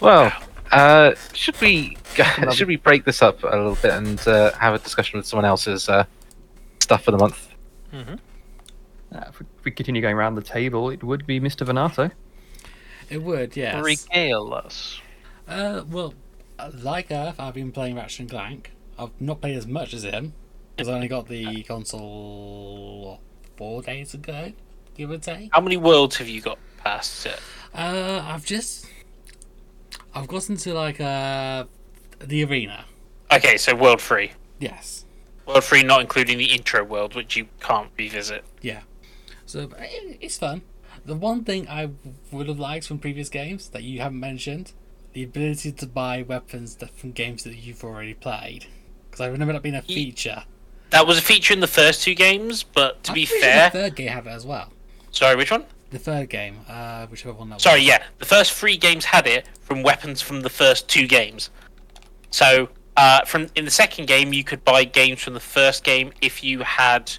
Well, uh, should we should we break this up a little bit and uh, have a discussion with someone else's uh, stuff for the month? Uh, if we- if we continue going around the table, it would be Mr. Venato. It would, yes. Regale us. Uh, well, uh, like Earth, I've been playing Ratchet and Clank. I've not played as much as him because I only got the console four days ago, give or take. How many worlds have you got past it? Uh, I've just I've gotten to like uh the arena. Okay, so world three. Yes, World three, not including the intro world, which you can't revisit. yeah. So but it, it's fun. The one thing I would have liked from previous games that you haven't mentioned, the ability to buy weapons that, from games that you've already played. Because I remember that being a feature. That was a feature in the first two games, but to I'm be pretty sure fair, the third game had it as well. sorry, which one? The third game, uh, whichever one that Sorry, was. yeah, the first three games had it from weapons from the first two games. So, uh, from in the second game, you could buy games from the first game if you had.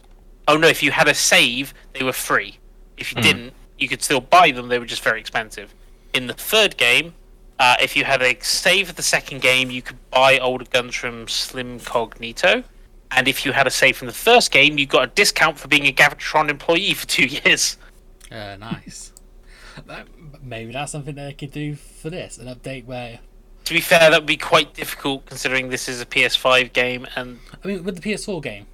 Oh no, if you had a save, they were free. If you didn't, you could still buy them. They were just very expensive. In the third game, uh, if you had a save of the second game, you could buy older guns from Slim Cognito. And if you had a save from the first game, you got a discount for being a Gavatron employee for two years. Uh, nice. That- maybe that's something they could do for this an update where. to be fair, that would be quite difficult considering this is a PS5 game, and I mean, with the PS4 game,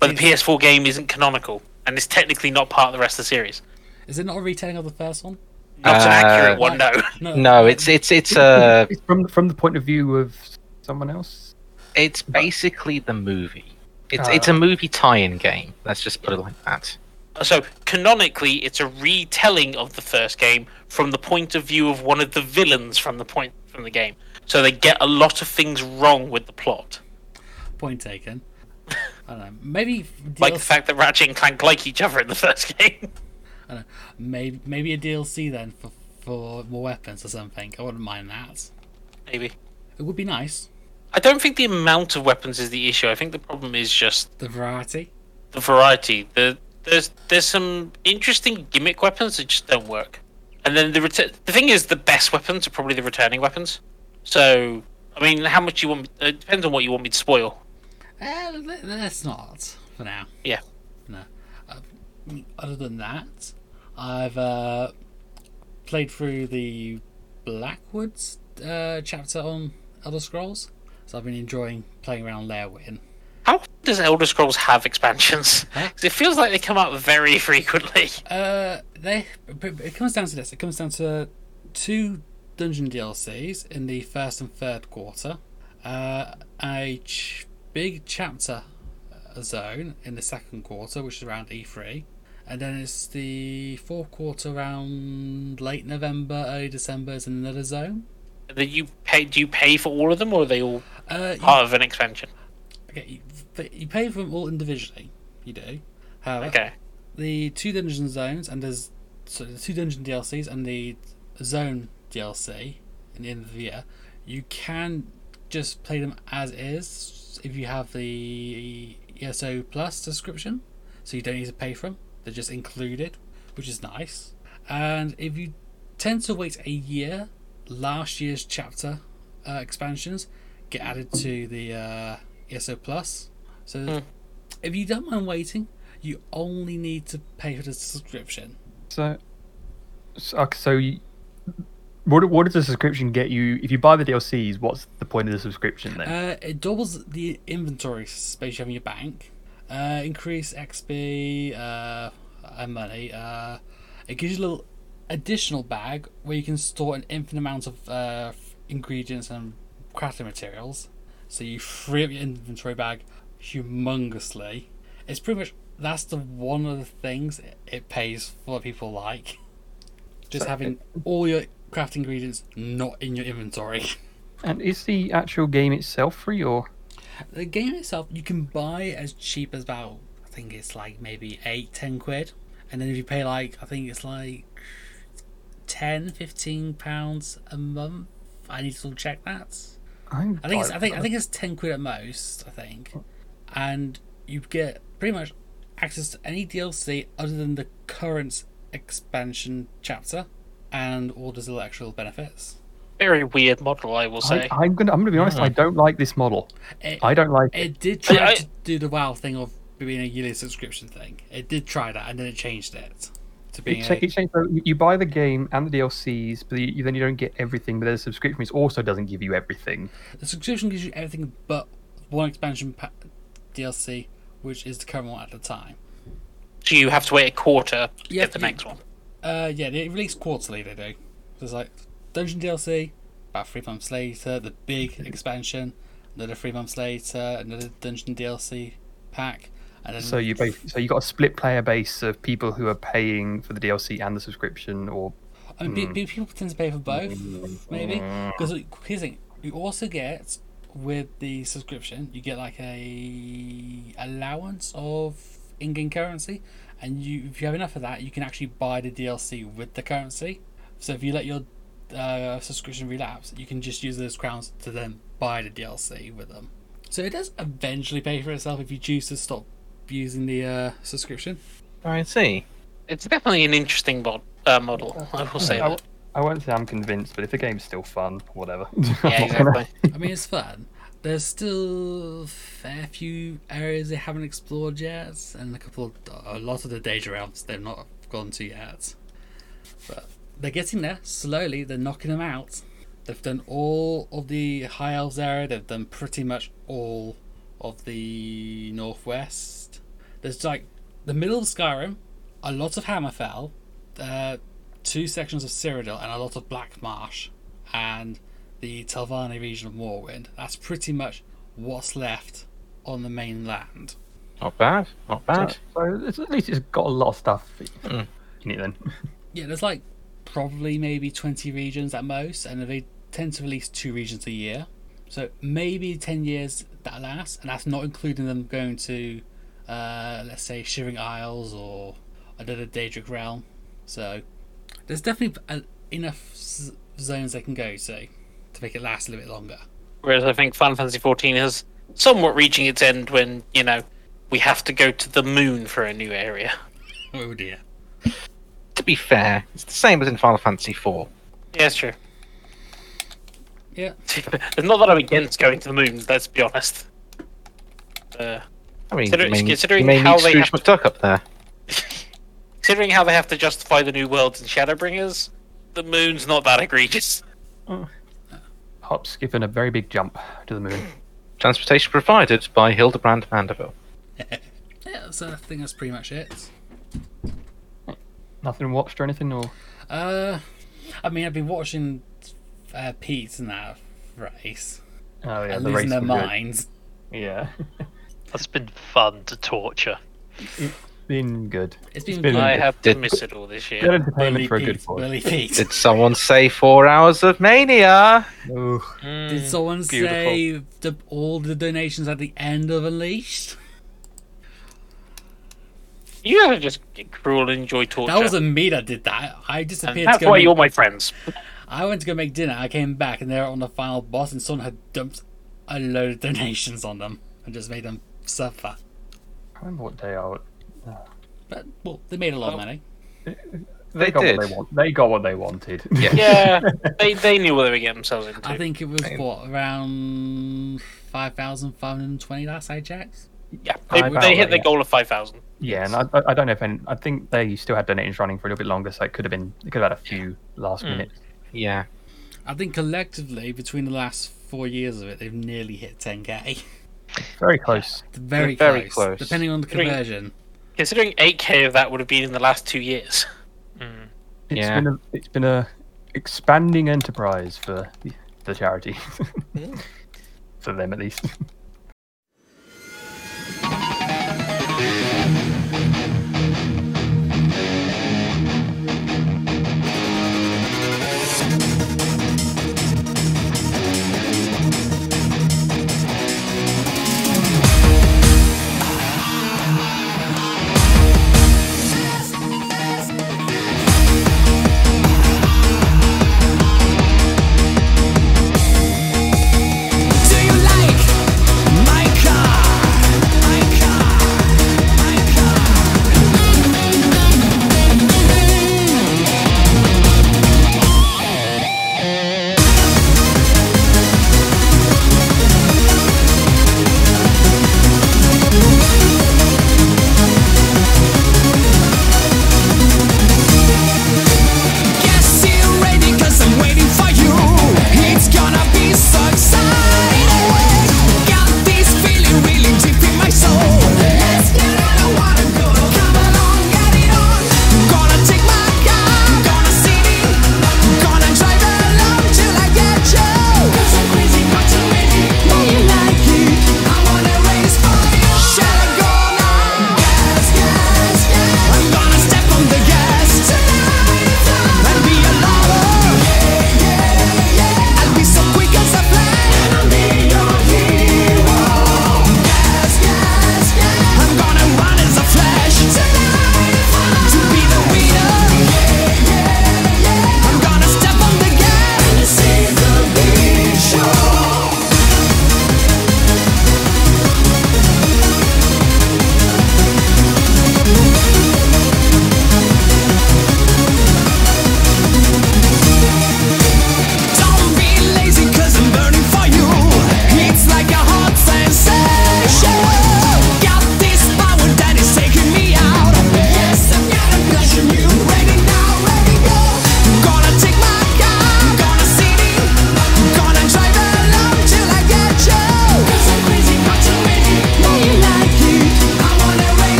but the PS4 game isn't canonical and is technically not part of the rest of the series. is it not a retelling of the first one? Not an Uh, accurate one, no. No, it's it's it's uh It's from from the point of view of someone else. it's basically the movie. It's Uh. it's a movie tie-in game. Let's just put it like that. So canonically, it's a retelling of the first game from the point of view of one of the villains from the point from the game. So they get a lot of things wrong with the plot, Point taken. I don't know. Maybe like the DLC fact that Ratchet and Clank like each other in the first game. I don't know, maybe maybe a DLC then for for more weapons or something. I wouldn't mind that. Maybe. It would be nice. I don't think the amount of weapons is the issue. I think the problem is just The variety. the variety. The there's there's some interesting gimmick weapons that just don't work. And then the retu- the thing is, the best weapons are probably the returning weapons. So I mean, how much you want? me- It depends on what you want me to spoil. Eh, let- let's not for now. Yeah. No. Uh, mm, other than that, I've uh, played through the Blackwoods uh, chapter on Elder Scrolls, so I've been enjoying playing around Lairwin. How often does Elder Scrolls have expansions? Huh? 'Cause it feels like they come out very frequently. Uh, they but it comes down to this. It comes down to two dungeon DLCs in the first and third quarter, uh, a ch- big chapter uh, zone in the second quarter, which is around E3, and then it's the fourth quarter around late November, early December is another zone. That you pay? Do you pay for all of them, or are they all Uh, you, part of an expansion? okay, you, but you pay for them all individually. You do. However, Okay. the two dungeon zones and there's so the two dungeon DLCs and the zone DLC in the end of the year, you can just play them as is if you have the ESO Plus subscription, so you don't need to pay for them. They're just included, which is nice. And if you tend to wait a year, last year's chapter uh, expansions get added to the uh, ESO Plus. So if you don't mind waiting, you only need to pay for the subscription. So, so, okay, so you, what, what does the subscription get you? If you buy the DLCs, what's the point of the subscription then? Uh, it doubles the inventory space you have in your bank. Uh, increase XP uh, and money. Uh, it gives you a little additional bag where you can store an infinite amount of uh, ingredients and crafting materials. So you free up your inventory bag humongously. It's pretty much that's the one of the things it- it pays for that people like. Just having all your craft ingredients not in your inventory. and is the actual game itself free or? The game itself, you can buy it as cheap as about, I think it's like maybe 8, 10 quid. And then if you pay like, I think it's like 10, 15 pounds a month. I need to double check that. I'm I think it's, I think I think it's ten quid at most. I think, and you get pretty much access to any DLC other than the current expansion chapter, and all those little extra benefits. Very weird model, I will say. I, am gonna I'm gonna be honest. Mm-hmm. I don't like this model. It, I don't like it. it did try I- to do the WoW thing of being a yearly subscription thing. It did try that, and then it changed it to It, being. cha- a, it changed. So you- you buy the game and the DLCs, but you, then you don't get everything. But then the subscription is also doesn't give you everything. The subscription gives you everything but one expansion pa- DLC, which is the current one at the time. So you have to wait a quarter to Yeah, get the you- next one. Uh, yeah, they release quarterly. They do. So it's like Dungeon DLC. About three months later, the big expansion. Another three months later, another Dungeon DLC pack. And then So you both, so you got a split player base of people who are paying for the DLC and the subscription, or I mean, pe- pe- people tend to pay for both, maybe. Because here's the thing: you also get with the subscription, you get like a allowance of in-game currency, and you if you have enough of that, you can actually buy the DLC with the currency. So if you let your uh, subscription relapse, you can just use those crowns to then buy the DLC with them. So it does eventually pay for itself if you choose to stop using the uh, subscription. I see. It's definitely an interesting mod- uh, model, I will say I, that. I won't say I'm convinced, but if the game's still fun, whatever. Yeah, exactly. I mean, it's fun. There's still a fair few areas they haven't explored yet, and a couple, of, a lot of the data realms they've not gone to yet. But they're getting there slowly. They're knocking them out. They've done all of the high elves area. They've done pretty much all of the northwest. There's like the middle of Skyrim, a lot of Hammerfell, uh, two sections of Cyrodiil, and a lot of Black Marsh, and the Talvani region of Morrowind. That's pretty much what's left on the mainland. Not bad. Not bad. Uh, So it's, at least it's got a lot of stuff in it then. Yeah, there's like probably maybe 20 regions at most, and they tend to release two regions a year. So maybe 10 years that lasts, and that's not including them going to, uh, let's say, Shivering Isles or another Daedric realm. So there's definitely uh, enough z- zones they can go to to make it last a little bit longer. Whereas I think Final Fantasy 14 is somewhat reaching its end when, you know, we have to go to the moon for a new area. Oh dear. To be fair, it's the same as in Final Fantasy IV. Yeah, that's true. Yeah. Not that I'm against going to the moon. Let's be honest. Uh, I mean, Consider- you may, considering you may how need they Scrooge have McDuck up there. considering how they have to justify the new worlds and Shadowbringers, the moon's not that egregious. Hop, skip, and a very big jump to the moon. Transportation provided by Hildebrand Mandeville. Yeah, so I think that's pretty much it. Nothing watched or anything, or Uh, I mean, I've been watching uh, Pete in that race. oh yeah, and the race losing their was good. minds. Yeah, That's been fun to torture. been good. It's been been- I have to Did- miss it all this Good year. entertainment for a good Pete, boy. Bully Pete. Did someone say four hours of mania? No, Did someone beautiful. say the, all the donations at the end of Unleashed? You guys are just cruel and enjoy torture. That wasn't me that did that. I And disappeared. that's to go why make- you're my friends. I went to go make dinner. I came back and they were on the final boss, and someone had dumped a load of donations on them and just made them suffer. I remember what day I. was- But well, they made a lot of money. They, They got what did. they, want. they got what they wanted. Yeah. Yeah, they, they knew what they were getting themselves into. I think it was what around five thousand five hundred twenty last I checked. yeah, they, I they hit found their that, goal of five thousand. Yeah, and I, I- I don't know if any, I think they still had donations running for a little bit longer, so it could have been they could have had a few last minute. Yeah. I think collectively between the last four years of it, they've nearly hit ten k. Very close. Very, They're very close. Depending on the Three. conversion. Considering eight k of that would have been in the last two years. It's Yeah. been a, it's been a expanding enterprise for the, the charity, Hmm. for them at least. Do you like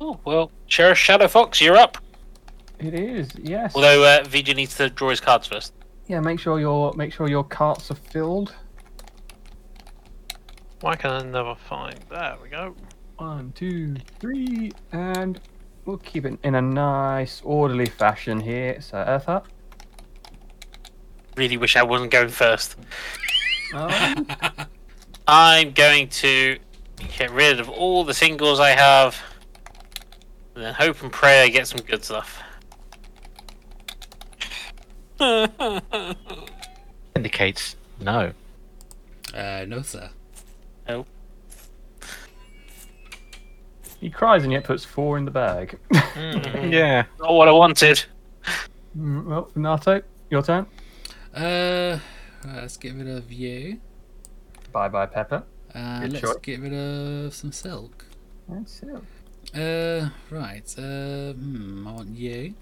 Oh, well, Sheriff Shadow Fox, you're up. It is, yes. Although uh, Vijay needs to draw his cards first. yeah, make sure your make sure your carts are filled. Why can I never find? There we go. One, two, three, and we'll keep it in a nice orderly fashion here. So Eartha. Really wish I wasn't going first. Um, I'm going to get rid of all the singles I have, and then hope and pray I get some good stuff. no. Indicates no. Uh, no, sir. he cries and yet puts four in the bag. Yeah. Not what I wanted. Mm, well, Nato, your turn. Uh, let's get rid of you. Bye bye, Pepper. And Good let's choice. get rid of some silk. That's it. Uh, right. Uh, hmm, I want you.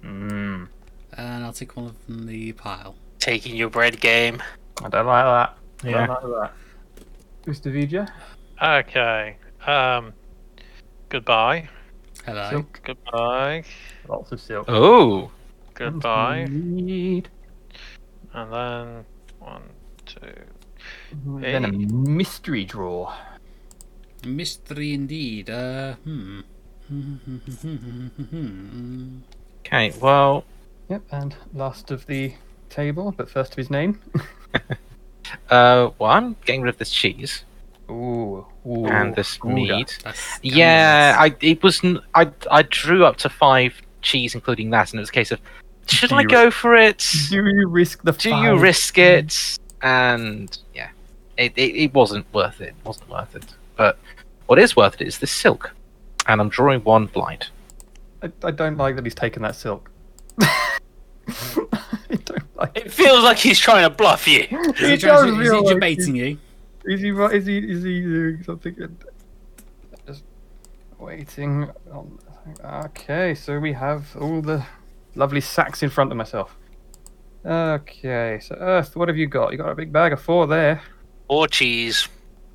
Mm, And I'll take one from the pile. Taking your bread game. I don't like that. Yeah. Don't like that. Mr. Vija. Okay. Um. Goodbye. Hello. Silk. Goodbye. Lots of silk. Oh. Goodbye. Indeed. And then one, two. Then a Hey. mystery draw. Mystery indeed. Uh, hmm. Okay. Well, Yep, and last of the table, but first of his name. uh, well, I'm getting rid of this cheese Ooh, ooh and this ooh, meat. That's Yeah, I it was n- I I drew up to five cheese, including that, and it was a case of should Do I you- go for it? Do you risk the? Do you risk it? And yeah, it, it it wasn't worth it. It wasn't worth it. But what is worth it is this silk, and I'm drawing one blind. I, I don't like that he's taken that silk. I don't like. It feels like he's trying to bluff you. Is he, It trying does to, is feel he like debating you? Is he? ri- Is he? Is he doing something? and- Just waiting. On... Okay, so we have all the lovely sacks in front of myself. Okay, so Earth, what have you got? You got a big bag of four there. Or cheese.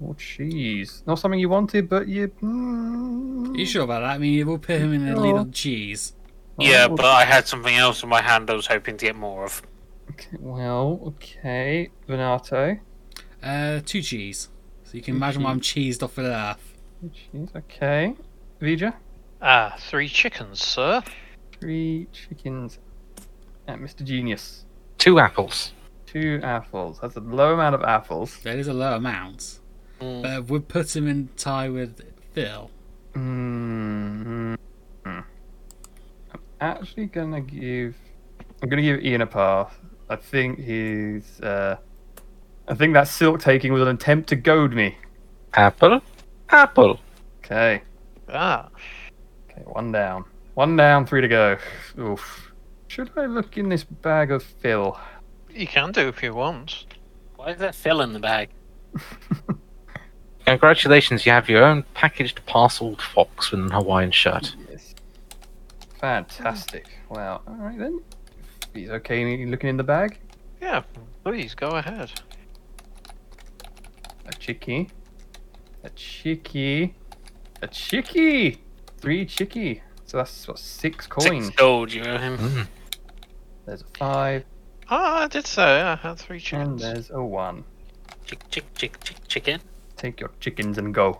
Oh, jeez. Not something you wanted, but you. Mm. you sure about that? I mean, you will put him in a lead on cheese. Yeah, Oh, but I had something else in my hand I was hoping to get more of. okay, Well, okay. Venato. Uh, two cheese. So you can imagine why I'm cheesed off with half. Jeez, okay. Vija. Ah, three chickens, sir. Three chickens. And Mr. Genius. Two apples. Two apples. That's a low amount of apples. That is a low amount. Mm, But we'll put him in tie with Phil. Mm-hmm. I'm actually gonna give. I'm gonna give Ian a pass. I think he's. Uh, I think that silk taking was an attempt to goad me. Apple. Apple. Okay. Ah, Okay, one down. One down, three to go. Oof. Should I look in this bag of fill? you can do if you want. Why is that Phil in the bag? Congratulations, you have your own packaged parceled fox with an Hawaiian shirt. Yes. Fantastic. Wow. All right then. He's okay looking in the bag. Yeah, please go ahead. A chicky. A chicky. A chicky. Three chicky. So that's what six coins. Six gold, you owe him. There's a five Ah, I did say I had three and chickens. there's a one. Chick, chick, chick, chick, chicken. Take your chickens and go.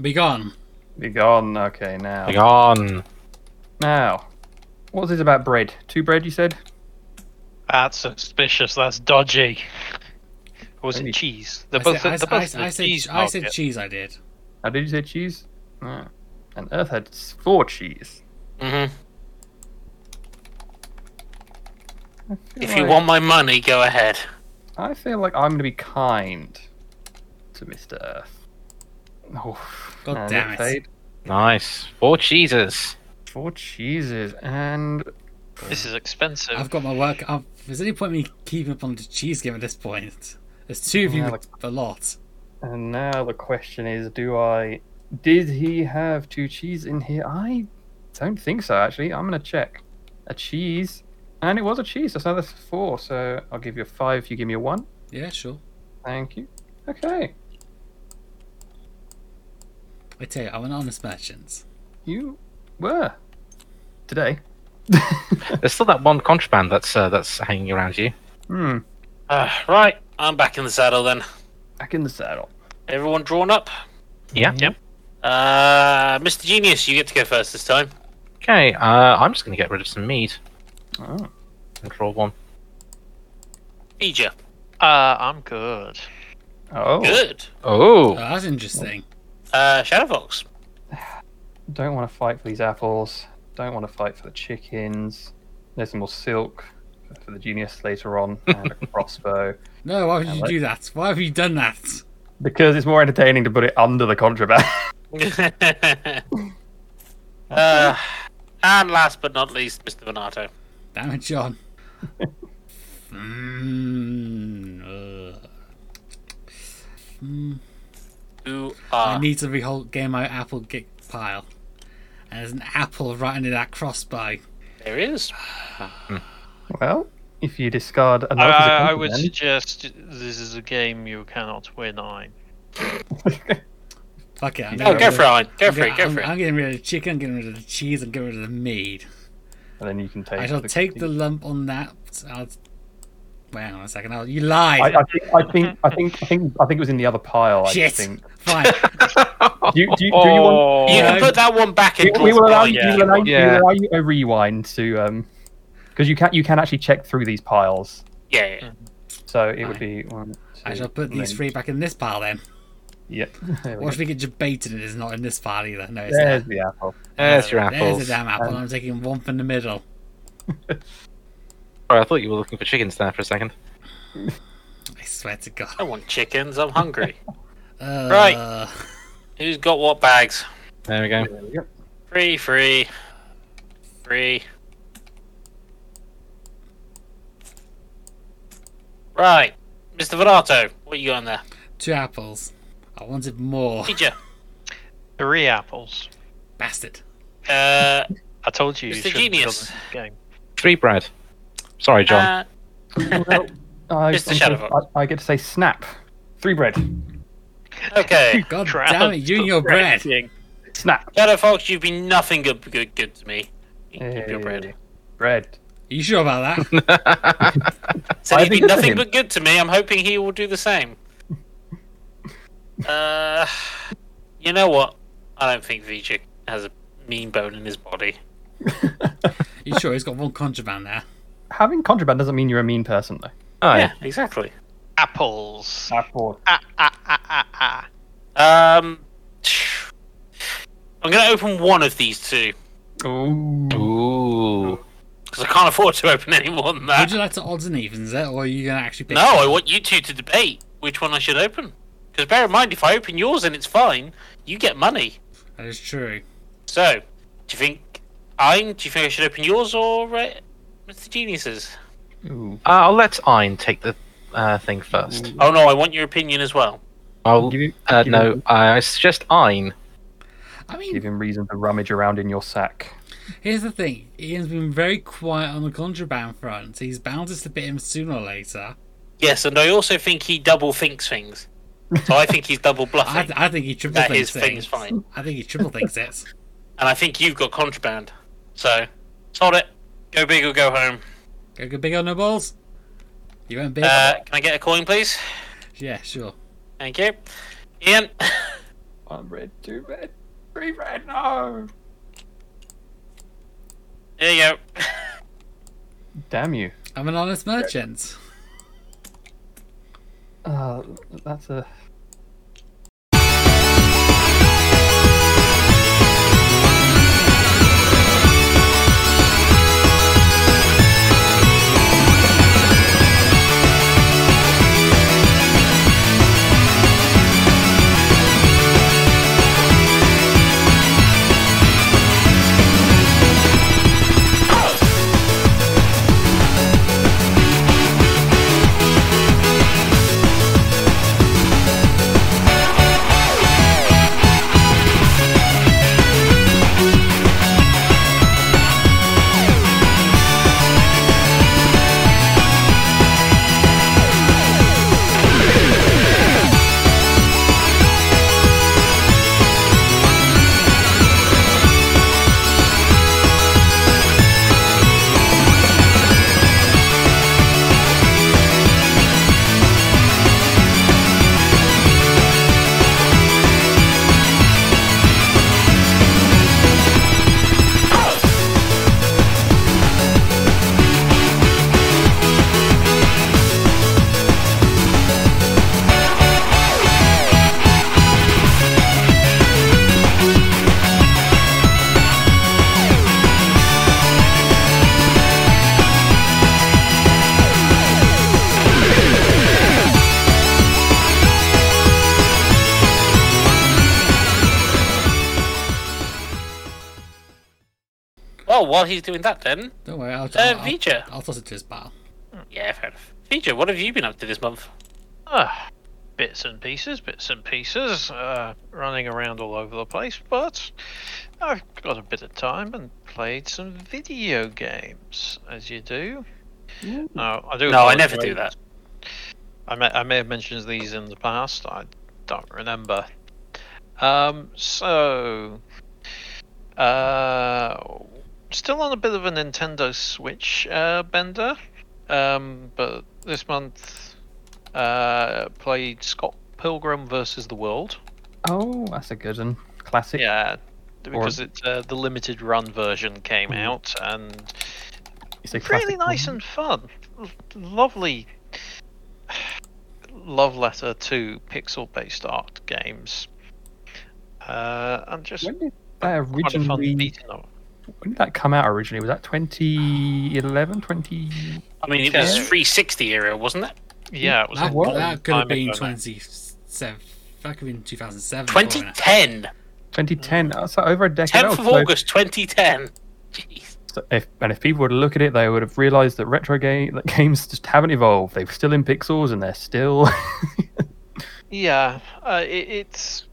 Be gone. Be gone. Okay now. Hang on. Now, what's this about bread? Two bread, you said. That's suspicious. That's dodgy. Or was Maybe. it cheese? They're I both. said- I- they're I- both in the I said- cheese I said market. cheese, I did. How did you say cheese? Ah. And Earth had s- four cheese. Mm-hmm. I feel If you like- want my money, go ahead. I feel like I'm going to be kind to Mr. Earth. Oh, God and damn it it. paid Nice. Four cheeses. Four cheeses and This is expensive. I've got my work. I've, there's any point in me keeping up on the cheese game at this point? There's two of you Yeah, with a lot. and now the question is, do I? Did he have two cheese in here? I don't think so. Actually, I'm going to check. A cheese, and it was a cheese. That's another four. So I'll give you a five if you give me a one. Yeah, sure. Thank you. Okay. I tell you, I'm an honest merchant. you were today. There's still that one contraband that's uh, that's hanging around you. Hmm. Uh, right, I'm back in the saddle then. Back in the saddle. Everyone drawn up? Yeah. Mm-hmm. Yep. Uh, Mr. Genius, you get to go first this time. Okay. Uh, I'm just gonna get rid of some meat Oh. and draw one. Ija, Uh, I'm good. Oh. good. Oh, Oh. that's interesting. Uh, Shadowfox, Don't want to fight for these apples. Don't want to fight for the chickens. There's some more silk for the genius later on and a crossbow. No, why would you like- do that? Why have you done that? Because it's more entertaining to put it under the contraband. uh, and last but not least, Mr. Bonato. Damn it, John. mm, ugh. Mm, You I are need to regain my apple gig pile. And there's an apple right under that crossbow. there is. well, if you discard another I, I, Uh, I contraband, would suggest this is a game you cannot win on. Fuck it. Oh, I'm getting go rid for it, Ian. Go of- I'm for it. Go I'm- for it. I'm getting rid of the chicken, I'm getting rid of the cheese, I'm getting rid of the mead. and then you can take. I shall take the lump on that. I'll... Wait hang on a second. I'll... You lied. I, I, think, I think I think I think I think it was in the other pile. I Shit. think. Fine. Do you, do you, Oh. do you want? You Yeah. can put that one back We, and draw we will the allow, die you- if we you will allow, you- want. we will Yeah. allow you a rewind to um, because you can you can actually check through these piles. Yeah, yeah. So it would be one. I two, shall put and these then- three back in this pile then. Yep. There we Or go. if we get debated and it's not in this pile either. No, it's There's not. the apple. There's your There's apples. a damn apple. I'm taking one from the middle. Sorry, I thought you were looking for chickens there for a second. I swear to God. I want chickens. I'm hungry. Uh, Right. Who's got what bags? There we go. There we go. Free, free, free. Right, Mr. Verato, what you got in there? Two apples. I wanted more. Teacher, Three apples. Bastard. uh, I told you. you Mr. shouldn't be Genius. on this Game. Tree bread. Sorry, John. uh, I, Mr. I'm Shadow. sorry, I, I get to say snap. Three bread. okay, God Crap. damn it. You and your bread. Snap. Shadow Fox, you've been nothing good, good, good to me. You can keep your Hey, bread. Bread. you sure about that? Oh, Said I he'd think been that's nothing him. but good to me. I'm hoping he will do the same. Uh, you know what? I don't think Vijay has a mean bone in his body. you sure he's got one contraband there? Having contraband doesn't mean you're a mean person though. Hi. Yeah, exactly. Apples. Apple. Ah, ah, ah, ah, ah. Um, I'm gonna open one of these two Ooh. Ooh. Uh, because I can't afford to open any more than that. Would you like to odds and evens it, or are you going to actually pick Uh, No, I want you two to debate which one I should open. Because bear in mind, if I open yours and it's fine, you get money. That is true. So, do you think I'm? Do you think I should open yours or uh, Mr. Genius's? Ooh. Uh, I'll let Ein take the uh, thing first. Oh no, I want your opinion as well. I'll, Give, him, uh, give no, him- I suggest Ein. I give mean, him reason to rummage around in your sack. here's the thing. Ian's been very quiet on the contraband front. He's bound to slip it in sooner or later. Yes, and I also think he double thinks things. So I think he's double I, bluffing. th- I think he triple That his thing's thinks things. fine, I think he triple thinks it. and I think you've got contraband. So, sod it. Go big or go home. Go, go big on the balls. You went big. Uh, can I get a coin, please? yeah, sure. Thank you. Ian, One bread, two bread, three bread. No. there you go. Damn you. I'm an honest merchant. Uh, that's a. Well, while he's doing that, then Don't worry, I'll, uh, I'll, I'll, Vija. I'll toss it to his pal. Yeah, fair enough. Vija, what have you been up to this month? Ah, bits and pieces, bits and pieces, uh, running around all over the place, but I've got a bit of time and played some video games, as you do. No, I do. No, I never do apologise. that. I may, I may have mentioned these in the past. I don't remember. Um, so, uh, still on a bit of a Nintendo Switch uh, bender, um, but this month uh, played Scott Pilgrim versus the World. Oh, that's a good one. Classic. Yeah, because it's uh, the limited run version came out and It's a Mm-hmm. classic mm-hmm. really nice one. and fun. L- lovely love letter to pixel based art games. Uh, and just When did that quite a fun originally? beating up. When did that come out originally? Was that 2011, 20? I mean, it was Yeah. 360 era, wasn't it? Yeah, it was That, a what? long that could have time been ago now. 27. That could have been 2007. couldn't it? 2010. 2010. Uh, That's like over a decade. 10th old, of so- August 2010. Jeez. so if, and if people were to look at it, they would have realised that retro game that games just haven't evolved. They're still in pixels, and they're still. Yeah, uh, it, it's.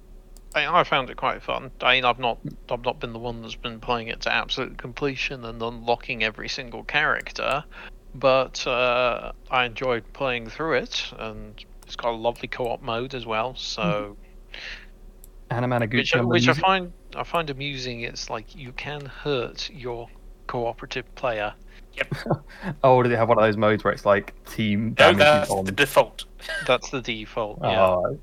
I, I found it quite fun. I mean, I've not, I've not been the one that's been playing it to absolute completion and unlocking every single character, but uh, I enjoyed playing through it, and it's got a lovely co-op mode as well. So, Anamanaguchi. which, I- on the which I music. find, I find amusing. It's like you can hurt your cooperative player. Oh, did it have one of those modes where it's like team No, damage that's on? the default. That's the default. Yeah. Oh.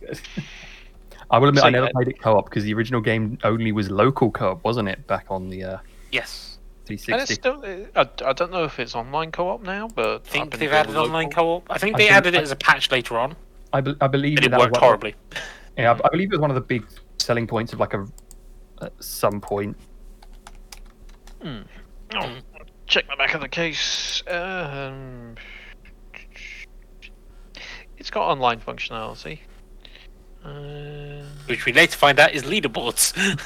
I will admit So, I never yeah. played it co-op because the original game only was local co-op, wasn't it? Back on the uh, Yes. And it's 360. still, I, I don't know if it's online co-op now, but I I've think been they've doing added online local- co op. I think I they think- added I- it as a patch later on, I, be- I believe but it that worked was one- horribly. Yeah, I- I believe it was one of the big selling points of like a at some point. Oh, check the back of the case. Um, it's got online functionality. Uh, Which we later find out is leaderboards.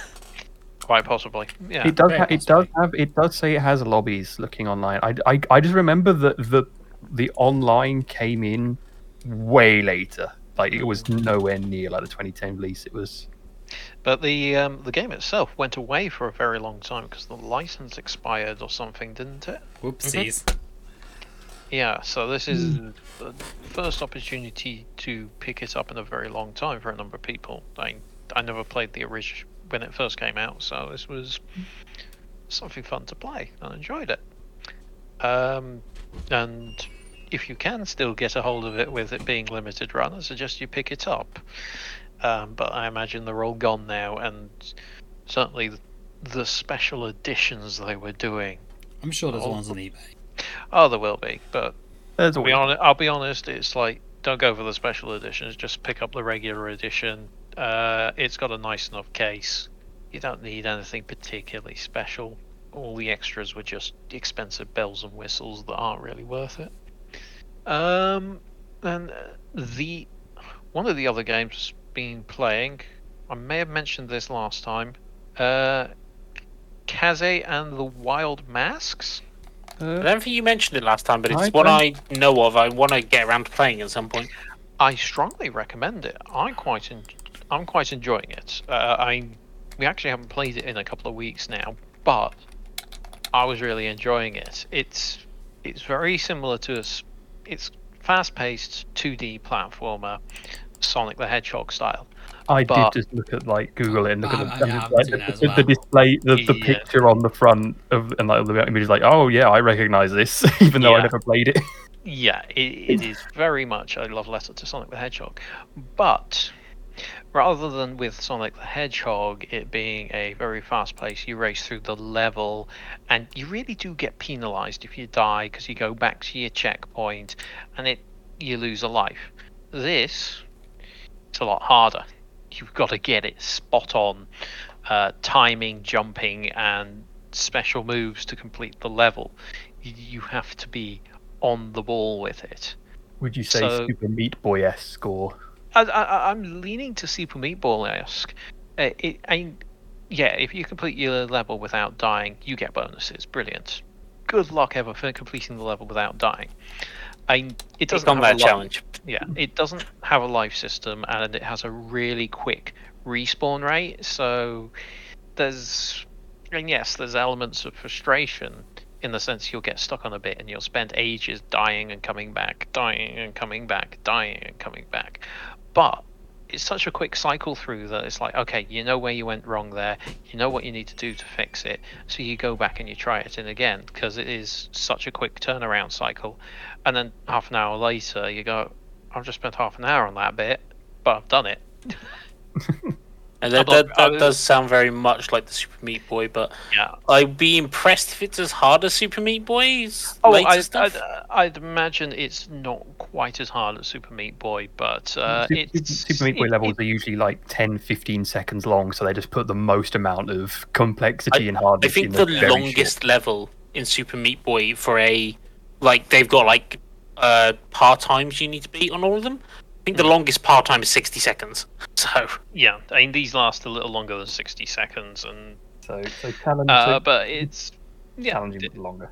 quite possibly. Yeah. it does. very Ha- it does possibly. have. It does say it has lobbies looking online. I, I, I just remember that the the online came in way later. Like it was nowhere near like the 2010 release. It was. But the um, the game itself went away for a very long time because the license expired or something, didn't it? Whoopsies. Yeah. So this is the first opportunity to pick it up in a very long time for a number of people. I I never played the original when it first came out, so this was something fun to play. I enjoyed it. Um, and if you can still get a hold of it with it being limited run, I suggest you pick it up. Um, but I imagine they're all gone now, and certainly th- the special editions they were doing. I'm sure there's Oh. ones on eBay. Oh, there will be, but There's I'll be, always hon- I'll be honest, it's like don't go for the special editions, just pick up the regular edition. Uh, it's got a nice enough case. You don't need anything particularly special. All the extras were just expensive bells and whistles that aren't really worth it. Um, and uh, the one of the other games been playing, I may have mentioned this last time. Uh, Kaze and the Wild Masks. I don't think you mentioned it last time, but it's I one I don't- know of. I want to get around to playing at some point. I strongly recommend it. I quite, en- I'm quite enjoying it. Uh, I, we actually haven't played it in a couple of weeks now, but I was really enjoying it. It's, it's very similar to us. It's fast-paced 2D platformer, Sonic the Hedgehog style. I did but- just look at like Google it and look I- at the, I- and I it's have like, the, seen that as the- the well. display, the, the Yeah. picture on the front of and like the image is like, oh yeah, I recognize this, even though I Yeah. never played it. Yeah, it, it is very much a love letter to Sonic the Hedgehog. But rather than with Sonic the Hedgehog, it being a very fast pace, you race through the level, and you really do get penalized if you die because you go back to your checkpoint and it you lose a life. This it's a lot harder. You've got to get it spot on, uh, timing, jumping, and special moves to complete the level. You, you have to be on the ball with it. Would you say So- Super Meat Boy esque or I, I, I- I'm leaning to Super Meat Ball esque. Uh, It, I, yeah, if you complete your level without dying, you get bonuses. Brilliant. Good luck ever for completing the level without dying. I, it It's doesn't on have a that lot- challenge. yeah, it doesn't have a life system and it has a really quick respawn rate. So there's, and yes, there's elements of frustration in the sense you'll get stuck on a bit and you'll spend ages dying and coming back, dying and coming back, dying and coming back. But it's such a quick cycle through that it's like, okay, you know where you went wrong there, you know what you need to do to fix it, so you go back and you try it in again because it is such a quick turnaround cycle. And then half an hour later, you go, I've just spent half an hour on that bit, but I've done it. And that, Double- that, that uh, does sound very much like the Super Meat Boy, but Yeah. I'd be impressed if it's as hard as Super Meat Boy's Oh, later I'd, stuff. I'd, I'd imagine it's not quite as hard as Super Meat Boy, but uh, Super, it's Mm, Super Meat Boy it- levels it- are usually like 10, 15 seconds long, so they just put the most amount of complexity and hardness. I think in the very short- longest level in Super Meat Boy for a like they've got like uh part times you need to beat on all of them. I think the longest part time is sixty seconds. So yeah, I mean these last a little longer than sixty seconds, and So, so challenge, uh, so but it's yeah, challenging but longer.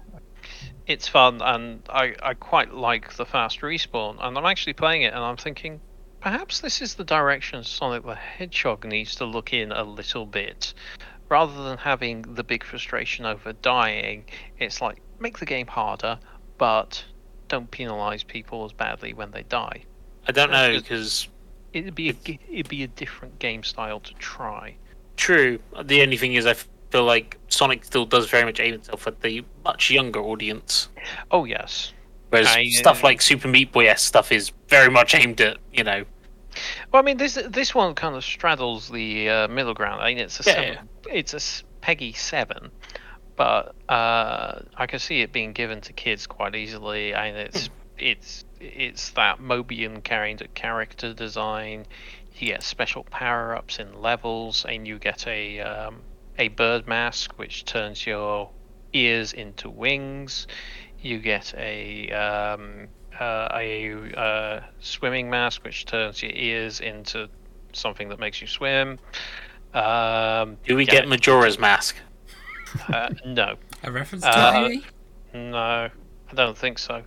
it's fun and I, I quite like the fast respawn and i'm actually playing it and i'm thinking perhaps this is the direction sonic the hedgehog needs to look in a little bit rather than having the big frustration over dying it's like make the game harder but don't penalize people as badly when they die I don't know Just- because it'd be a, g- it'd be a different game style to try true. The only thing is I feel like Sonic still does very much aim itself at the much younger audience, oh yes whereas I, uh, stuff like Super Meat Boy s stuff is very much aimed at you know Well, I mean, this this one kind of straddles the uh, middle ground. I mean, it's a Yeah, seven, it's a s- Peggy seven, but uh, I can see it being given to kids quite easily. I mean, it's it's it's that Mobian carrying the character design. You get special power ups in levels, and you get a um, a bird mask which turns your ears into wings. You get a um, uh, a uh, swimming mask which turns your ears into something that makes you swim. Um, do we yeah, get Majora's Mask? uh, no, A reference to Uh, Yui? no, I don't think so.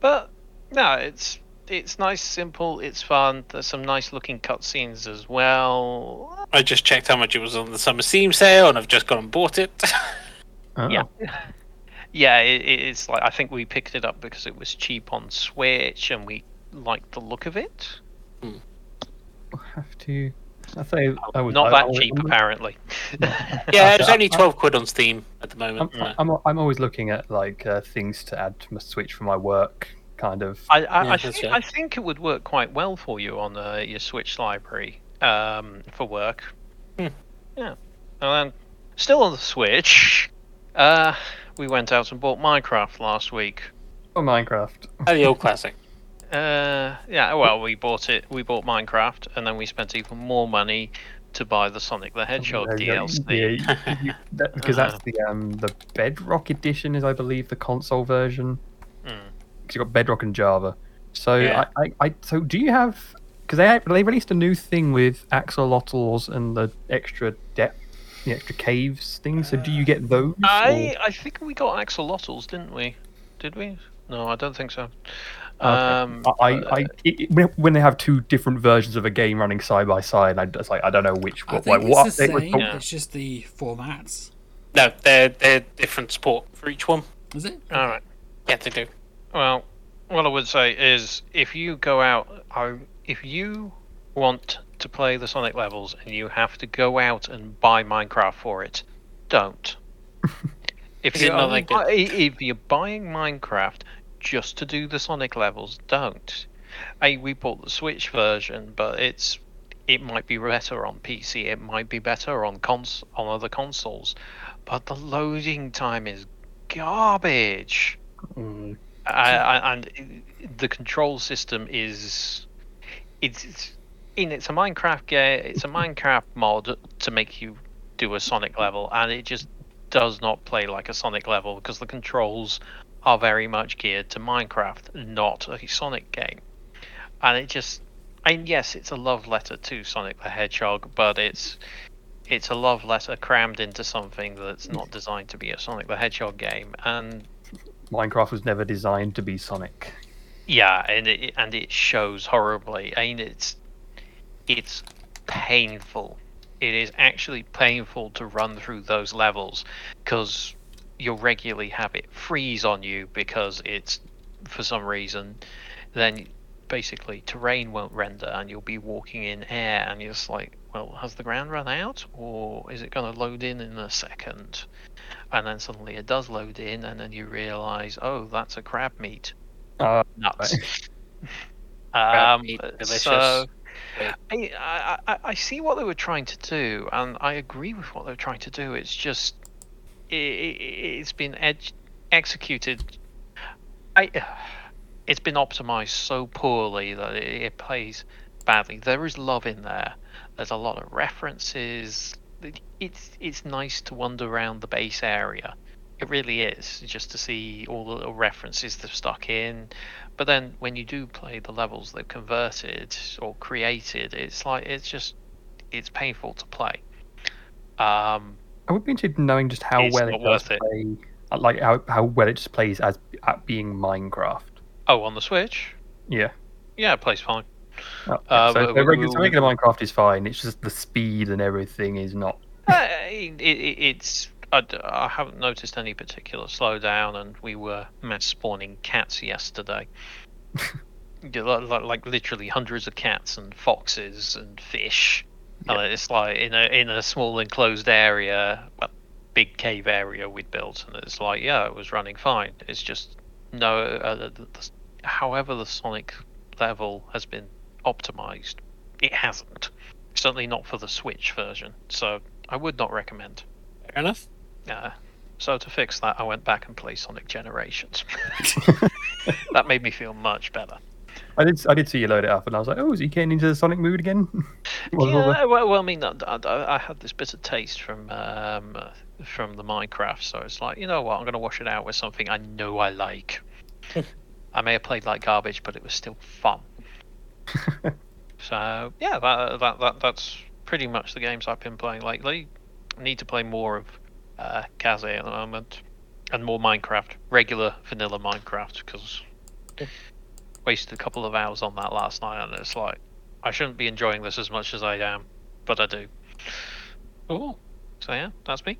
But no, it's it's nice, simple, it's fun. There's some nice looking cutscenes as well. I just checked how much it was on the summer Steam sale, and I've just gone and bought it. Oh. Yeah. Yeah, it, it's like I think we picked it up because it was cheap on Switch and we liked the look of it. have to. I say I would, Not I- that I- cheap, I'm- apparently. yeah, it's only twelve quid on Steam at the I'm, moment. Mm. I'm, I'm, I'm always looking at like uh, things to add to my Switch for my work, kind of. I, I, Yeah, I, that's think, fair. I think it would work quite well for you on uh, your Switch library um, for work. Hmm. Yeah. And then, still on the Switch, uh, we went out and bought Minecraft last week. Or Minecraft. Ah, the old classic. Uh, yeah, well, we bought it. We bought Minecraft, and then we spent even more money to buy the Sonic the Hedgehog There you go. DLC. Oh, Yeah, you- that- because that's the um the Bedrock edition is I believe the console version. Mm. Because you got Bedrock and Java. So Yeah. I, I, I so do you have because they they released a new thing with axolotls and the extra depth, the extra caves thing. So do you get those? or- I I think we got axolotls, didn't we? Did we? No, I don't think so. Um, I, I, I it, it- when- when they have two different versions of a game running side by side, I just like I don't know which I what, think like, what it's the update was- same. oh, Yeah. It's just the formats. No, they're they're different support for each one. Is it? all right. Yeah, they do. Well, what I would say is if you go out, I, if you want to play the Sonic levels and you have to go out and buy Minecraft for it, don't. if, Is it you're not only that good? buy- if you're buying Minecraft just to do the Sonic levels, don't. I, we bought the Switch version, but it's it might be better on PC, it might be better on cons on other consoles, but the loading time is garbage. mm, I, I, and the control system is it's, it's in it's a Minecraft game. It's a Minecraft mod to make you do a Sonic level, and it just does not play like a Sonic level because the controls are very much geared to Minecraft, not a Sonic game. And it just, and yes, it's a love letter to Sonic the Hedgehog, but it's it's a love letter crammed into something that's not designed to be a Sonic the Hedgehog game, and Minecraft was never designed to be Sonic. yeah, and it and it shows horribly. I mean, it's it's painful. It is actually painful to run through those levels because you'll regularly have it freeze on you because it's for some reason. Then basically terrain won't render and you'll be walking in air and you're just like, well, has the ground run out or is it going to load in in a second? And then suddenly it does load in and then you realize, oh, that's a crab meat Uh, nuts. Crab um, meat, So delicious. I, I, I- I see what they were trying to do, and I agree with what they were trying to do. It's just i i it's been edge, executed. I, it's been optimized so poorly that it, it plays badly. There is love in there. There's a lot of references. It- It's it's nice to wander around the base area. It really is, just to see all the little references they've stuck in. But then when you do play the levels they've converted or created, it's like it's just it's painful to play. Um, I would be interested in knowing just how It's well not it does worth it. play, uh, like how, how well it just plays as at being Minecraft. oh, on the Switch, Yeah. yeah, it plays fine. Oh, Uh, so but so we- regular, so we- regular Minecraft is fine. It's just the speed and everything is not. Uh, it, it, it's I, d- I haven't noticed any particular slowdown, and we were mass spawning cats yesterday. Yeah, li- li- like, literally hundreds of cats and foxes and fish. And it's like in a in a small enclosed area, well, big cave area we'd built, and it's like yeah, it was running fine. It's just no. Uh, the, the, however, the Sonic level has been optimized. It hasn't. Certainly not for the Switch version. So I would not recommend. Fair enough. Uh, so to fix that, I went back and played Sonic Generations. that made me feel much better. I did I did see you load it up, and I was like, oh, is he getting into the Sonic mood again? Well, well, yeah, well, well, I mean, I, I, I had this bitter taste from um, uh, from the Minecraft, so it's like, you know what, I'm going to wash it out with something I know I like. I may have played like garbage, but it was still fun. so yeah, that, that, that that's pretty much the games I've been playing lately. Need to play more of uh, Kaze at the moment, and more Minecraft, regular vanilla Minecraft, because wasted a couple of hours on that last night, and it's like. I shouldn't be enjoying this as much as I am, but I do. Cool. So yeah, that's me.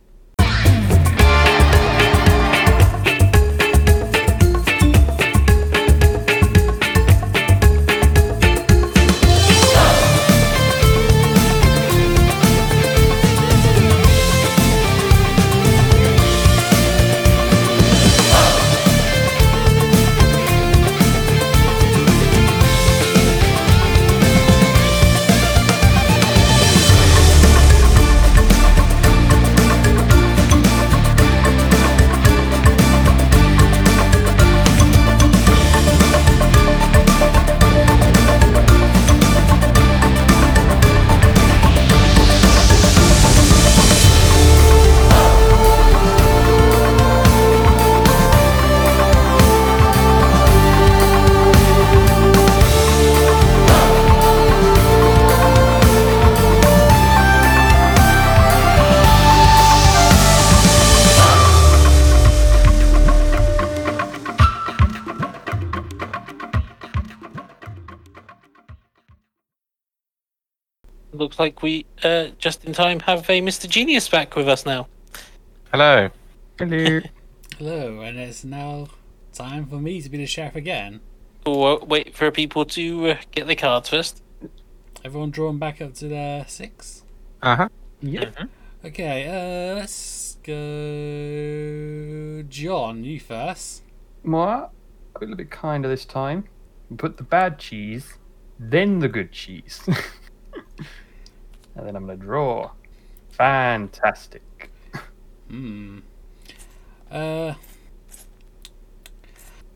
Looks like we uh, just in time have a Mr. Genius back with us now. Hello. Hello. Hello, and it's now time for me to be the sheriff again. Or uh, wait for people to uh, get their cards first. Everyone drawn back up to their six. Uh huh. Okay, uh, let's go. John, you first. What? A little bit kinder this time. Put the bad cheese, then the good cheese. and then I'm going to draw. Fantastic. Hmm. Uh,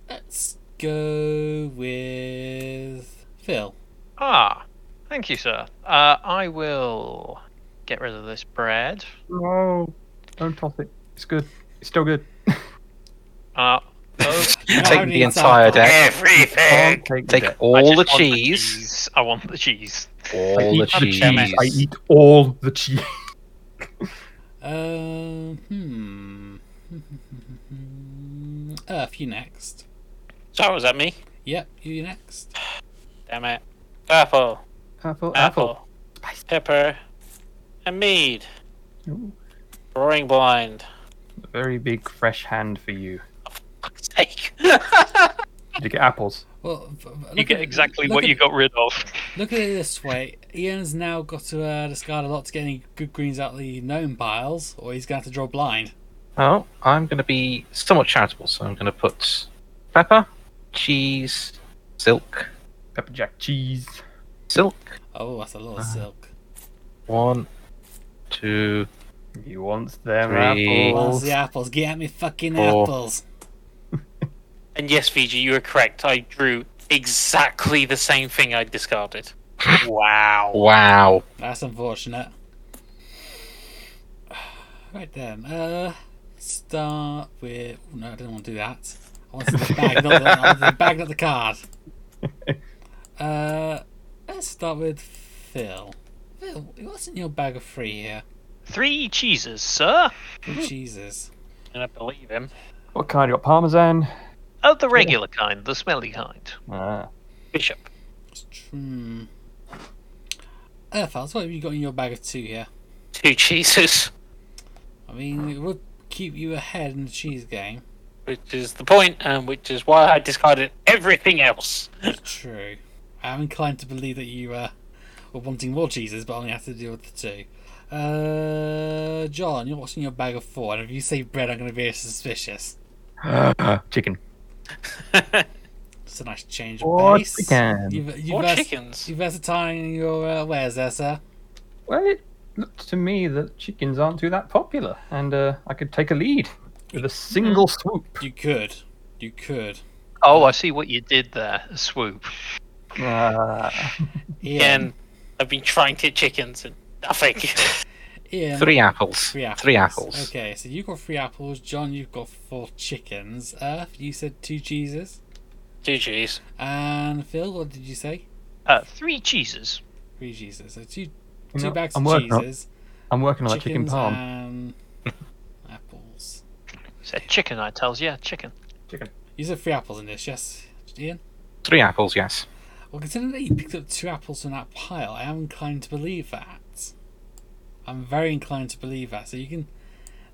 let's go with Phil. Ah, thank you, sir. Uh, I will get rid of this bread. No. Don't toss it. It's good. It's still good. Uh, oh, Not Take only the it's entire our- deck. Everything! Take Take that. I all just the want cheese. I want the cheese. All the eat cheese. I eat all the cheese. Uh, hmm. Earth, you next. So was that me? Yep, you next. Damn it. Apple. Apple. Apple. Pepper. And mead. Ooh, Roaring blind. a very big fresh hand for you. Fuck's sake. Did you get apples? Well, f- f- You look get at- exactly look what at- you got rid of. Look at it this way: Ian's now got to uh, discard a lot to get any good greens out of the gnome piles, or he's going to have to draw blind. Oh, I'm going to be somewhat charitable, so I'm going to put pepper, cheese, silk, Pepper jack cheese. silk. Oh, that's a lot of silk. One, two, He wants them Three. Where's apples. the apples? Get me fucking Four. apples. And yes, Fiji, you were correct. I drew exactly the same thing I discarded. wow. wow. That's unfortunate. Right then, uh, start with. Oh, no, I don't want to do that. I want to see the bag, not the, I want the bag, not the card. Uh, let's start with Phil. Phil, what's in your bag of three here? Three cheeses, sir. Oh, Jesus. And I believe him. What kind? You got parmesan. Of the regular kind, the smelly kind. Ah, Bishop. Hmm. Earthals, Uh, what have you got in your bag of two here? Two cheeses. I mean, it would keep you ahead in the cheese game. Which is the point, and which is why I discarded everything else. True. I'm inclined to believe that you uh, were wanting more cheeses, but only have to deal with the two. Uh, John, you're watching your bag of four, and if you say bread, I'm going to be suspicious. chicken. It's a nice change of Or pace. chicken. You've, you've More vers- chickens. You're versitile your uh, wares there, sir. Well, it looked to me that chickens aren't too that popular, and uh, I could take a lead with a single Hmm. swoop. You could. You could. Oh, I see what you did there. A swoop. Ah, Ian, Again, I've been trying to get chickens and nothing. Ian, Three apples. Three apples. Three apples. Okay, so you got three apples. John, you've got four chickens. Earth, you said two cheeses. Two cheese. And Phil, what did you say? Uh, three cheeses. Three cheeses. So two, you two know, bags I'm of working on- cheeses. I'm working on that chicken chickens palm. and apples. Said chicken, I tells ya. Chicken. You said three apples in this, yes, Ian? Three apples, yes. Well, considering that you picked up two apples from that pile, I am inclined to believe that. I'm very inclined to believe that. So you can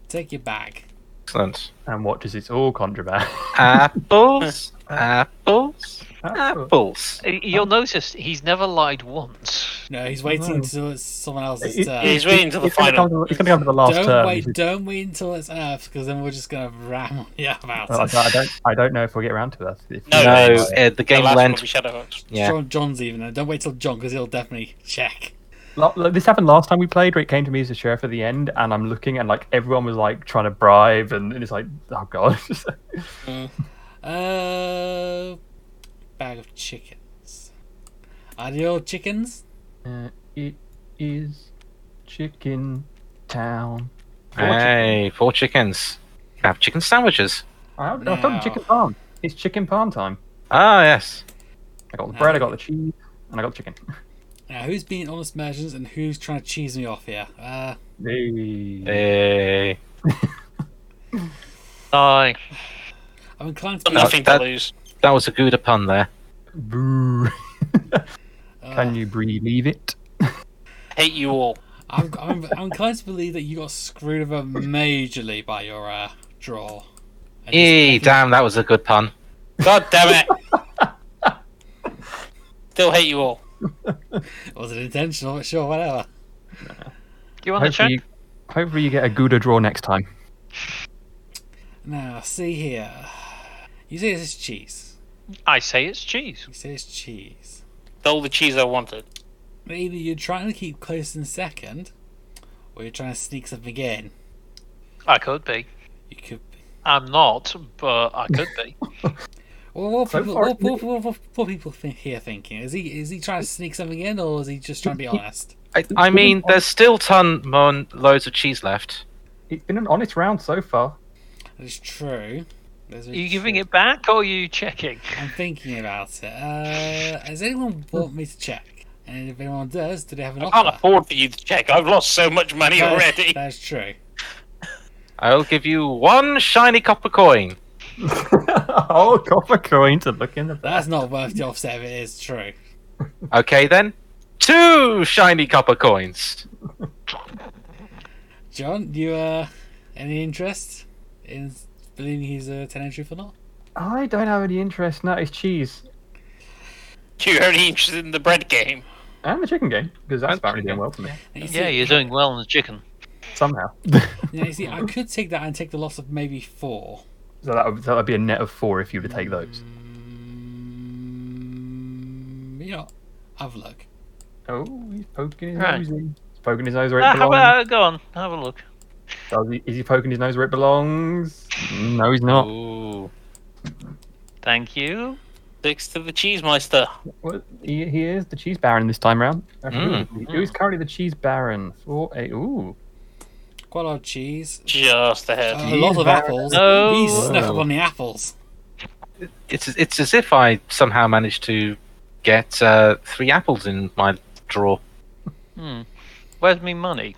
take your bag. Excellent. uh, And what does it's all contraband? Apples, apples, apples. Uh, You'll notice he's never lied once. No, he's waiting no. until it's someone else's It- turn. uh, He's waiting till the It's gonna final. come to- It's going to come to the last don't turn. wait, don't wait until it's Earth, because then we're just gonna ram on you about Well, I, it. don't- I don't. I don't know if we'll get around to that. If- No, No, it's- uh, the The game last one will length. be Shadowhawks. Yeah. John, John's even there. Don't wait till John, because he'll definitely check. Lo- lo- This happened last time we played, where it came to me as the sheriff at the end, and I'm looking, and like everyone was like trying to bribe, and, and it's like, oh god. Uh, bag of chickens. Are they all chickens? uh, it is chicken town. Hey, four chickens. Have chicken sandwiches. I, I thought Now. chicken palm. It's chicken palm time. Ah, yes. I got the Now. bread, I got the cheese, and I got the chicken. Now, Uh, who's being honest merchants and who's trying to cheese me off here? Uh, Mm. Hey. Hey. Aye. I'm inclined Got to be. nothing that- to lose. That was a good pun there. Boo. uh, Can you believe it? Hate you all. I'm, I'm, I'm inclined to believe that you got screwed over majorly by your uh, draw. And this- Eee, damn, that was a good pun. God damn it. Still hate you all. Was it intentional? But sure, whatever. Do you want to check? you, hopefully you get a Gouda draw next time. Now, see here. You say this is cheese. I say it's cheese. You say it's cheese. All the cheese I wanted. But either you're trying to keep close in second, or you're trying to sneak something in. I could be. You could. Be. I'm not, but I could be. Well, what So people, far- what, what, what, what, what people think here thinking is he is he trying to sneak something in, or is he just trying to be honest? I, I mean, there's still ton, mon, loads of cheese left. It's been an honest round so far. It's true. There's a- Are you giving it back or are you checking? I'm thinking about it. Uh, does anyone want me to check? And if anyone does, do they have an I can't offer? afford for you to check. I've lost so much money That's- already. That's true. I'll give you one shiny copper coin. oh, copper coin to look in the back. That's not worth the offset if it is true. Okay then, two shiny copper coins. John, you uh, any interest in believing he's a ten entry or not? I don't have any interest now. It's cheese You're only interested in the bread game. and the chicken game because that's And apparently doing chicken. well for me You Yeah, see- you're doing well on the chicken. somehow. Yeah, you see, I could take that and take the loss of maybe four. So that would, that would be a net of four if you were to take those. Mm, you know, have a look. Oh, he's poking his Right. nose in. He's poking his nose where it Ah, how belongs. about, go on, have a look. Does he, is he poking his nose where it belongs? No, he's not. Ooh. Thank you. Sticks to the cheese meister. Well, he, he is the cheese baron this time round. Okay, who is Mm. he? Who is currently the cheese baron? Four eight. Ooh, Quite a lot of cheese. Uh, Just A ahead. Cheese lot of baron. apples. No. He snuck Wow. up on the apples. It's it's as if I somehow managed to get uh, three apples in my drawer. Hmm. Where's me money?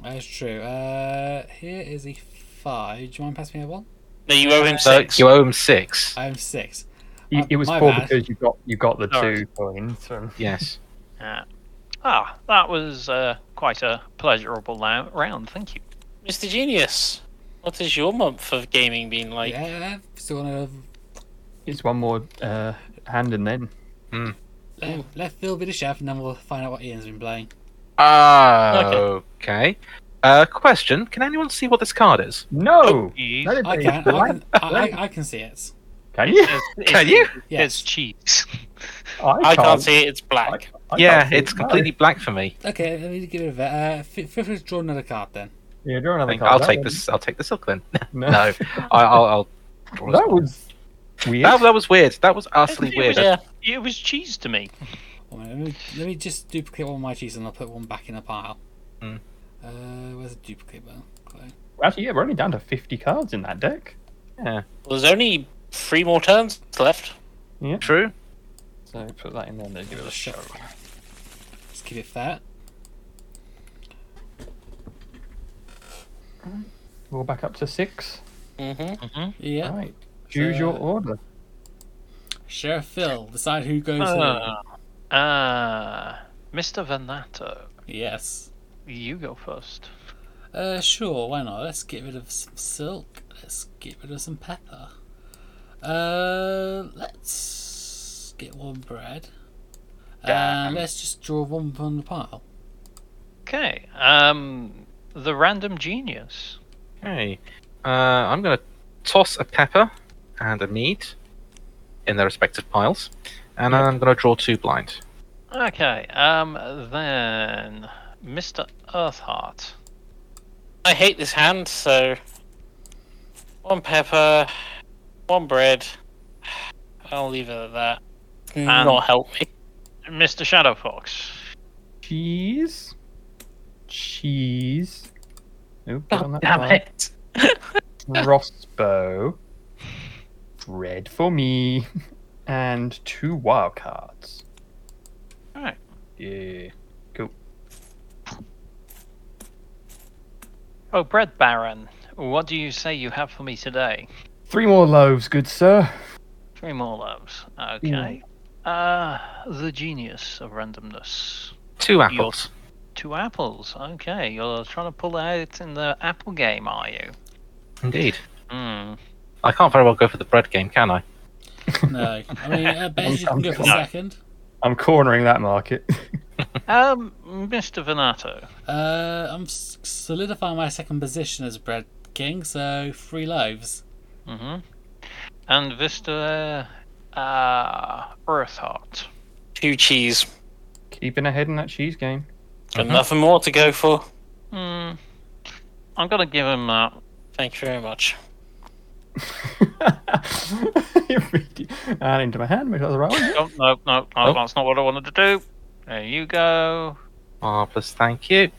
That's true. Uh, here is a five. Do you mind passing me a one? No, you owe him So six. Uh, you owe him six. I am six. You- Uh, it was my four bad. because you got you got the Sorry. two coins. from- Yes. Ah, ah that was uh, quite a pleasurable la- round. Thank you. Mr. Genius, what has your month of gaming been like? Yeah, still on a It's one more uh, hand, and then left, left field bit of chef, and then we'll find out what Ian's been playing. Ah. okay. Uh, question: Can anyone see what this card is? no. Cheese. That is I a can, I blank. can, I, I, I can see it. Can you? It's, it's, Can you? It's Yes. cheese. I can't see it. It's black. I yeah, can't see it's it, no. completely black for me. Okay, let me give it a vet. Uh, f- feel free to draw another card then. Yeah, draw I another think card. I'll That take was- this. I'll take the silk then. No, no, I, I'll. I'll draw this that one. was weird. That, that was weird. That was utterly It weird. was- Yeah. It was cheese to me. One minute, let me, let me just duplicate one of my cheese and I'll put one back in a pile. Hmm. Uh, where's the duplicate button? Okay. Actually, yeah, we're only down to fifty cards in that deck. Well, there's only three more turns left. True. So put that in there. And then give it a Shut up. Let's keep it fair. We're back up to six. Mm-hmm. Yeah. Right. Choose your So- order. Sheriff Phil, decide who goes Ah, uh, ah, Mr. Venato, who. Yes. you go first. Uh, sure, why not? Let's get rid of some silk. Let's get rid of some pepper. Uh, let's get one bread. And Damn. let's just draw one from the pile. Okay. Um, the random genius. Okay. Uh, I'm going to toss a pepper and a mead in their respective piles, and I'm going to draw two blind. Okay. Um, then Mr. Earthheart. I hate this hand, so one pepper, one bread. I'll leave it at that. And not help me. Mr. Shadow Fox. Cheese. Cheese. Oop, get on that Damn card. it. Crossbow. Red for me. And two wild cards. Alright. Yeah. Oh, Bread Baron. What do you say you have for me today? Three more loaves, good sir. Three more loves. Okay. Uh, the genius of randomness. Two apples. Two apples. Okay, you're trying to pull out in the apple game, are you? Indeed. Hmm. I can't very well go for the bread game, can I? No. I mean, I bet you can go for No. second. I'm cornering that market. Um, Mr. Venato. Uh, I'm s- solidifying my second position as bread king, so three loaves. Mm-hmm. And Vista uh, Earthheart. Two cheese. Keeping ahead in that cheese game. Got nothing more to go for. Hmm. I'm gonna give him that. Thank you very much. and into my hand, make that the right one. Oh, no, no, no, Oh. that's not what I wanted to do. There you go. Marvellous, thank you.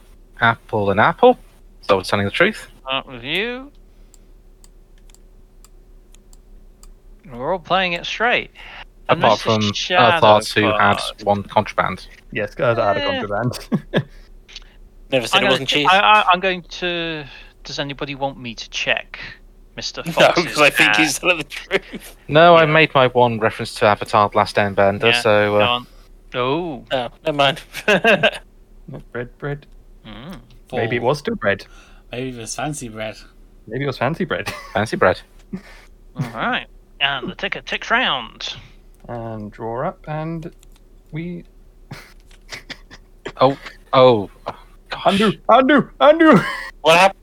Apple and apple. So I was telling the truth. That was you. We're all playing it straight. And Apart this from is Shadow Earthars who had Card. one contraband. Yes, I had a Eh. contraband. Never said I'm it gonna- wasn't cheese. I, I, I'm going to Does anybody want me to check, Mister No, Fox? because I think he's telling the truth. No, I Yeah. made my one reference to Avatar: The Last Airbender, Yeah, so uh, Oh. Oh, never mind. Bread, bread. Mm. Maybe it Four. was still bread. Maybe it was fancy bread. Maybe it was fancy bread. fancy bread. All right. And the ticker ticks round. and draw up, and we Oh, oh, gosh. undo, undo, undo. what happened?